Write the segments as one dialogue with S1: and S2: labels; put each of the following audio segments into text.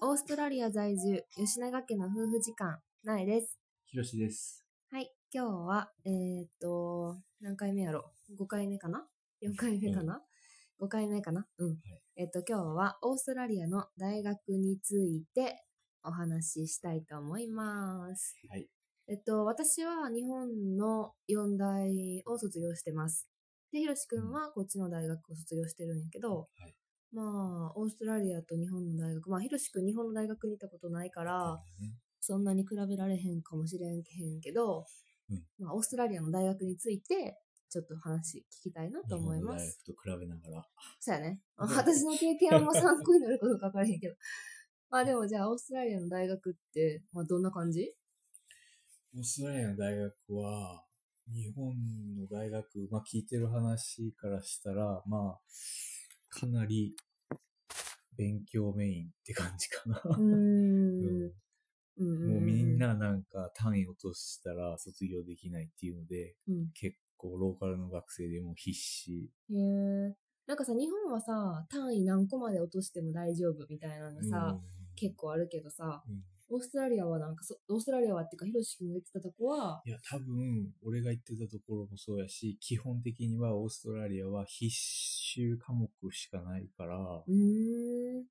S1: オーストラリア在住、吉永家の夫婦時間、苗です。
S2: ひろしです。
S1: はい、今日は、えー、っと、何回目やろ ?5 回目かな ?4 回目かな、?5 回目かなうん。えーっと、今日はオーストラリアの大学についてお話ししたいと思います。
S2: はい。
S1: えっと、私は日本の4大を卒業してます。で、ひろしくんはこっちの大学を卒業してるんやけど、
S2: はい
S1: まあ、オーストラリアと日本の大学、まあ、ひろしくん日本の大学に行ったことないから、そんなに比べられへんかもしれんへんけど、
S2: うん
S1: まあ、オーストラリアの大学について、ちょっと話聞きたいなと思いま
S2: 日
S1: す。
S2: 本の大学と比べながら。
S1: そうやね。あ私の経験はあんま参考になることか分からへんけど。 まあでもじゃあ、オーストラリアの大学って、まあどんな感じ
S2: オーストラリアの大学は、日本の大学、まあ聞いてる話からしたら、まあ、かなり勉強メインって感じかな。
S1: うーん。うんうん
S2: もうみん。ななんか単位落としたら卒業できないっていうので、
S1: うん
S2: 結構ローカルの学生でも必死。
S1: へえ。なんかさ、日本はさ、単位何個まで落としても大丈夫みたいなのがさ、
S2: うん
S1: 結構あるけどさ、
S2: うん
S1: オーストラリアはなんかそ、オーストラリアはっていうか、ヒロシ君が言ってたとこは、
S2: いや、多分、俺が言ってたところもそうやし、基本的にはオーストラリアは必修科目しかないから
S1: う、ーん。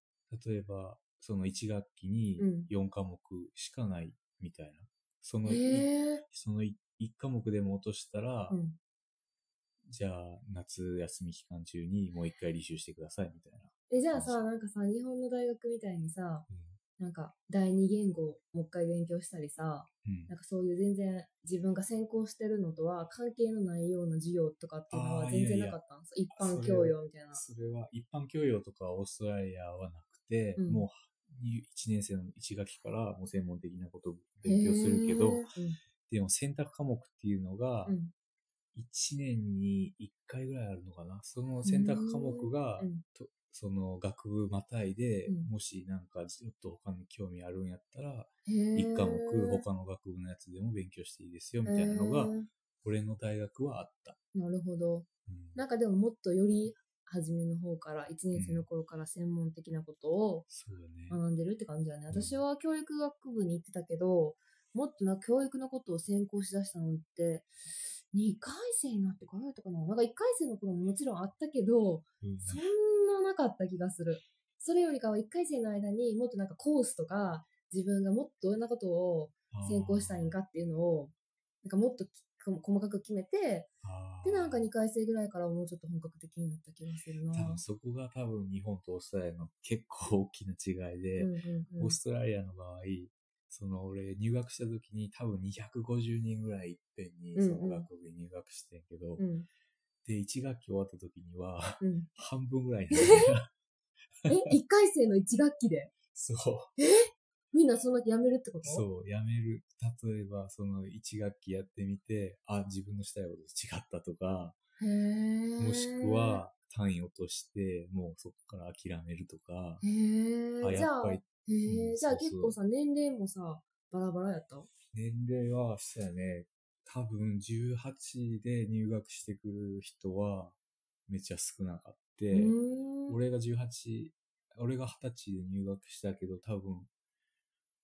S2: 例えば、その1学期に
S1: うん
S2: 4科目しかないみたいな。その、い
S1: へえ。
S2: その1科目でも落としたら、
S1: うん。
S2: じゃあ、夏休み期間中にもう1回履修してくださいみたいな。
S1: え、じゃあ
S2: そ
S1: さ、
S2: う
S1: なんかさ、日本の大学みたいにさ、
S2: うん
S1: なんか、第二言語をもう一回勉強したりさ、
S2: うん
S1: なんかそういう全然自分が専攻してるのとは関係のないような授業とかっていうのは
S2: あー
S1: 全
S2: いや
S1: 然
S2: い
S1: な
S2: や
S1: かったんです。一般教養みたいな。
S2: それは一般教養とかはオーストラリアはなくて、
S1: うん
S2: もう1年生の1学期からもう専門的なことを勉強するけ
S1: へ
S2: ど
S1: ー、
S2: でも選択科目っていうのが
S1: うん。うん
S2: 1年に1回ぐらいあるのかな、その選択科目が、
S1: うん
S2: とその学部またいで、
S1: うん
S2: もしなんかちょっと他に興味あるんやったら、
S1: へー
S2: 1科目他の学部のやつでも勉強していいですよみたいなの
S1: へ
S2: が
S1: ー
S2: 俺の大学はあった、
S1: なるほど。
S2: うん
S1: なんかでももっとより初めの方から、1年生の頃から専門的なことを
S2: そうだね、
S1: 学んでるって感じだね。
S2: うん
S1: 私は教育学部に行ってたけど、もっとな教育のことを専攻しだしたのって、2回生になってからやったかな。なんか1回生の頃ももちろんあったけど、
S2: うん
S1: そんななかった気がする。それよりかは1回生の間にもっとなんかコースとか、自分がもっとどんなことを専攻したいんかっていうのを、なんかもっとき細かく決めて、
S2: あー
S1: で、なんか2回生ぐらいからもうちょっと本格的になった気がするな。
S2: 多分そこが多分日本とオーストラリアの結構大きな違いで、
S1: うんうんうん
S2: オーストラリアの場合、その俺入学した時に多分250人ぐらいいっぺんに
S1: うんうん
S2: その学部に入学してんけど、
S1: うん
S2: で、1学期終わった時には
S1: うん、
S2: 半分ぐらいなんだよ
S1: え、1回生の1学期で
S2: そう、
S1: みんなそんなやめるってこと
S2: そう、やめる。例えばその1学期やってみて、あ、自分のしたいこと違ったとか、
S1: へー
S2: もしく、は単位落として、もうそこから諦めるとか、
S1: へ
S2: あ、
S1: え、じゃ
S2: やっ
S1: あ、
S2: ぱ
S1: へ
S2: り
S1: え、
S2: うん
S1: じゃあ
S2: そうそう
S1: 結構さ、年齢もさ、バラバラやった
S2: 年齢は、そうやね、多分18で入学してくる人はめっちゃ少なかった。
S1: うーん。
S2: 俺が18、俺が20歳で入学したけど、多分、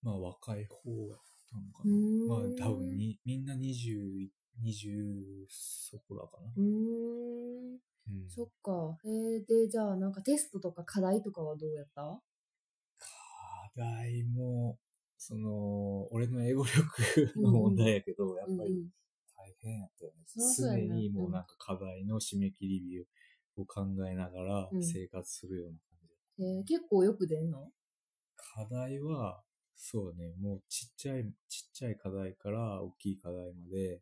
S2: まあ若い方やった
S1: うーん
S2: のかな。まあ多分に、みんな20、20そこらかな。
S1: うーん。
S2: うん
S1: そっか。へえ、で、じゃあなんかテストとか課題とかはどうやった
S2: 課題も、その、俺の英語力の問題やけど、やっぱり
S1: うんうん
S2: 大変やったよね。
S1: そりゃそうやな
S2: 常にもうなんか課題の締め切り日を考えながら
S1: うん
S2: 生活するような感じ。
S1: へえ結構よく出んの
S2: 課題は、そうね、もうちっちゃい、ちっちゃい課題から大きい課題まで、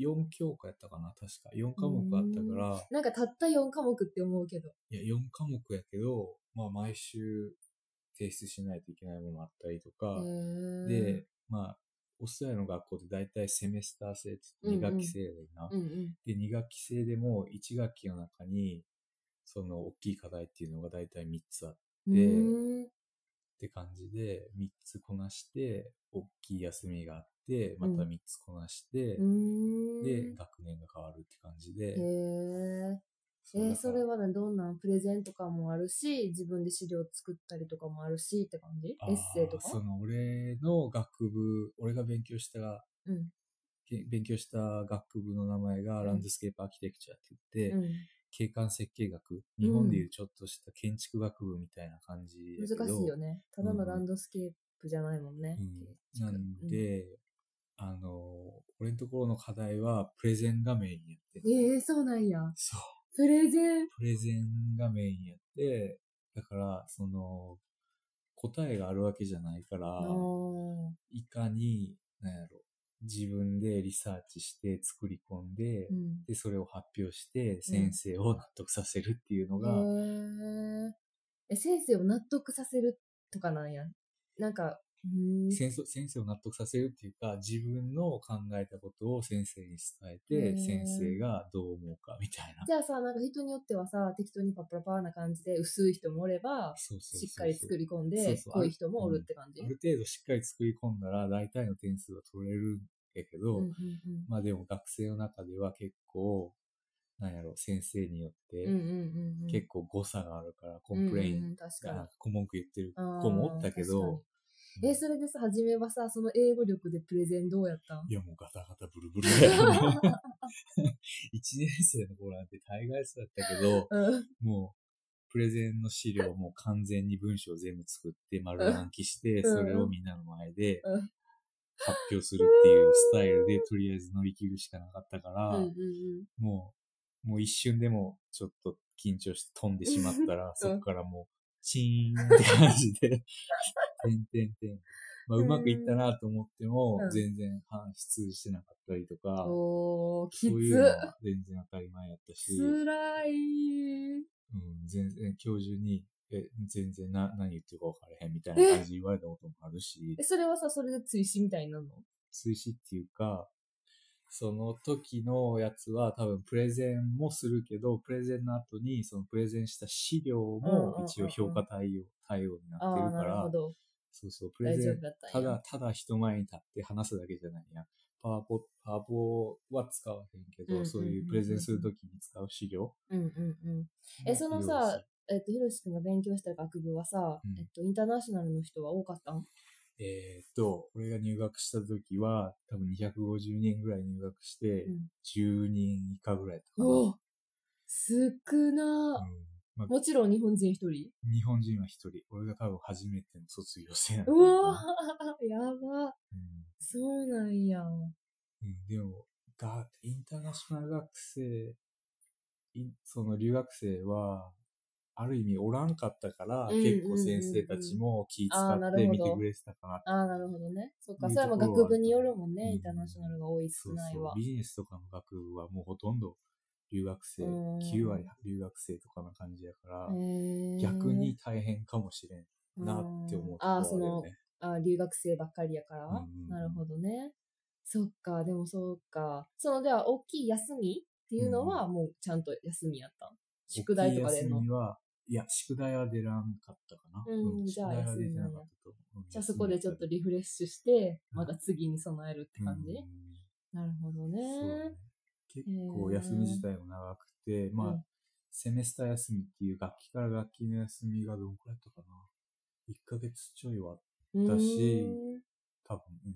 S2: 4教科やったかな、確か。4科目あったから、
S1: なんかたった4科目って思うけど。
S2: いや、4科目やけど、まあ毎週提出しないといけないものあったりと
S1: へ
S2: か、
S1: ー
S2: で、、まあ、オーストラリアの学校って大体セメスター制って
S1: うんう
S2: 2
S1: ん
S2: 学期制やねんな。
S1: うんうん。
S2: で、2学期制でも1学期の中に、その大きい課題っていうのが大体3つあっで
S1: うーん
S2: て感じで、3つこなして、大きい休みがあって、また3つこなして
S1: う、ーん
S2: で、学年が変わるって感じで
S1: へ、え。え
S2: うだ
S1: ー、
S2: か
S1: そ
S2: ら
S1: れはね、どんなプレゼンとかもあるし、自分で資料作ったりとかもあるしって感じ
S2: あー
S1: エッセイとか
S2: その俺の学部、俺が勉強した、
S1: うん。
S2: け勉強した学部の名前が
S1: うん
S2: ランドスケープアーキテクチャって言って、
S1: うん。
S2: 景観設計学。日本でいうちょっとした建築学部みたいな感じだけど。
S1: 難しいよね。ただ
S2: う
S1: の
S2: ん
S1: ランドスケープじゃないもんね。
S2: うん。なんで、あの、俺のところの課題はプレゼンがメインやってて。
S1: ええー、そうなんや。
S2: そう。
S1: プレゼン。
S2: プレゼンがメインやって、だから、その、答えがあるわけじゃないから、
S1: の
S2: いかに、なんやろ、自分でリサーチして作り込んで、
S1: うん。
S2: で、それを発表して、先生を納得させるっていうの
S1: へ
S2: が、
S1: ーえ、先生を納得させるとかなんや。なんか、うーん。
S2: 先生先生を納得させるっていうか、自分の考えたことを先生に伝
S1: へ
S2: えて、
S1: ー
S2: 先生がどう思うかみたいな。
S1: じゃあさ、なんか人によってはさ、適当にパッパラパーな感じで薄い人もおれば、
S2: そうそうそうそう
S1: しっかり作り込ん
S2: そう
S1: で、
S2: そう
S1: 濃い人もおるって感じ。
S2: ある程度しっかり作り込んだら、大体の点数は取れるんやけど、
S1: うんうんうん
S2: まあでも学生の中では結構、なんやろ、先生によって
S1: うんうんうんうん
S2: 結構誤差があるから、コンプレイ
S1: うんうんう
S2: ン
S1: ん確かに
S2: が、顧文句言ってる子
S1: あー
S2: もおったけど、
S1: 確かにえ、それでさ、初めはさ、その英語力でプレゼンどうやったん
S2: いやもうガタガタブルブルだよ、ね。 一年生の頃なんて大概そうだったけど、
S1: うん。
S2: もう、プレゼンの資料も完全に文章全部作って丸暗記し
S1: う
S2: て、
S1: ん
S2: それをみんなの前で
S1: うん
S2: 発表するっていうスタイルで、とりあえず乗り切るしかなかったから、
S1: うんうんうん
S2: もう、もう一瞬でもちょっと緊張して飛んでしまったら、そこからもう、チーンって感じで、てんてんてん。まあ、
S1: うん
S2: うまくいったなと思っても
S1: うん、
S2: 全然反出してなかったりとか、
S1: おー、き
S2: そういう
S1: つ。
S2: のは全然当たり前やったし、
S1: つらい。
S2: うん、全然、教授に、え、全然な、何言ってるか分からへんみたいな感じで言われたこともあるし
S1: え、、それはさ、それで追試みたいになるの
S2: 追試っていうか、その時のやつは多分プレゼンもするけど、プレゼンの後にそのプレゼンした資料
S1: うんうんうんう
S2: も
S1: ん
S2: 一応評価対応、対応にな
S1: あ
S2: って
S1: あ、
S2: るか
S1: なる
S2: ら
S1: ほ、ど。
S2: そうそう、プレ
S1: 大
S2: ゼ
S1: 丈
S2: ン
S1: 夫、だった
S2: た
S1: んや。
S2: だ、ただ人前に立って話すだけじゃないやん。パワポ、パワポは使わへんけ
S1: うんうんうん
S2: ど、
S1: うん
S2: そういうプレゼンするときに使う資料。
S1: うんうんうん。えそのさ、えっと、ひろしくんが勉強した学部はさ、
S2: うん
S1: えっと、インターナショナルの人は多かったん
S2: えーっと、俺が入学した時は、多分250人ぐらい入学して
S1: うん、
S2: 10人以下ぐらいだったかな
S1: お少な、
S2: うんまあ
S1: もちろん日本人一人。
S2: 日本人は一人。俺が多分初めての卒業生なんだ
S1: うわーやば。
S2: うん
S1: そうなんや。
S2: うんでも、が、インターナショナル学生、いその留学生は、ある意味おらんかったか
S1: う
S2: ら、
S1: んうんうんうん
S2: 結構先生たちも気使
S1: あー
S2: っ
S1: な
S2: て
S1: るほ
S2: 見
S1: ど
S2: てくれてたかなって。
S1: ああ、なるほどね。そっか。
S2: いう
S1: そ
S2: と
S1: れ
S2: こ
S1: は
S2: ろは
S1: もう学部によるもん
S2: うん
S1: ね。インターナショナルが多い、
S2: そ
S1: 少
S2: う
S1: ない
S2: そう
S1: は。。
S2: ビジネスとかの学部はもうほとんど留学生、
S1: うん
S2: 9割留学生とかな感じやから、
S1: へー
S2: 逆に大変かもしれんなって思うところ
S1: ああ、
S2: は
S1: そ
S2: あるよ
S1: の
S2: ね。
S1: あ留学生ばっかりやから、
S2: うんうんうん
S1: なるほどねそっかでもそうかそのでは大きい休みっていうのはもうちゃんと休みやったん、宿題とかで
S2: 大
S1: の
S2: きい休みは、いや、宿題は出らんかったかな。
S1: うんじゃあ
S2: 宿題は出てなかったと思う。
S1: じゃあそこでちょっとリフレッシュしてまた次に備えるって感じ、
S2: うん
S1: なるほど
S2: そうだ
S1: ね
S2: ね結構休み自体も長くて、まあ、
S1: うん
S2: セメスター休みっていう楽器から楽器の休みがどんくらいだったかな。1ヶ月ちょいは
S1: う
S2: だし
S1: ーん
S2: 多分、うん。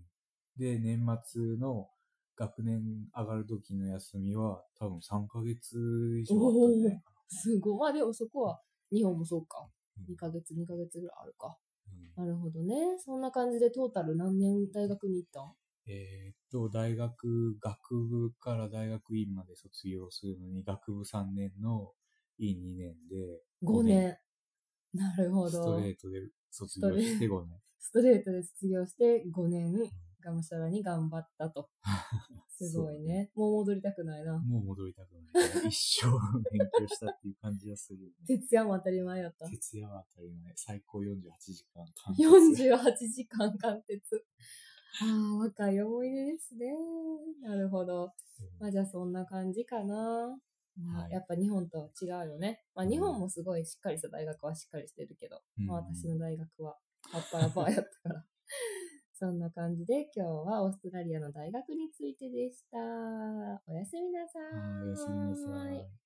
S2: で、年末の学年上がる時の休みは多分3ヶ月以上あったんじゃないか
S1: すごいまあでもそこは日本もそうか
S2: な。
S1: 2ヶ月2ヶ月ぐらいあるか
S2: うん
S1: なるほどねそんな感じでトータル何年大学に行ったん
S2: えーっと、大学、学部から大学院まで卒業するのに、学部3年の院2年で、
S1: 5年。なるほ
S2: スト
S1: ど
S2: レ。ートで卒業して5年。
S1: ストレートで卒業して5年、がむしゃらに頑張った と。すごいね。もう戻りたくないな。
S2: もう戻りたくない。一生勉強したっていう感じが するよね。
S1: 徹夜も 当たり前やった。
S2: 徹夜は当たり前。最高48時間完結。
S1: 48時間貫徹。ああ、若い思い出ですね。なるほど。まあじゃあそんな感じかな。まあ
S2: はい
S1: やっぱ日本とは違うよね。まあ
S2: うん
S1: 日本もすごいしっかりした大学はしっかりしてるけど、
S2: うん
S1: まあ私の大学はパッパラパーやったから。 そんな感じで今日はオーストラリアの大学についてでした。おやすみなさ
S2: あーおやすみなさ
S1: ーい
S2: い。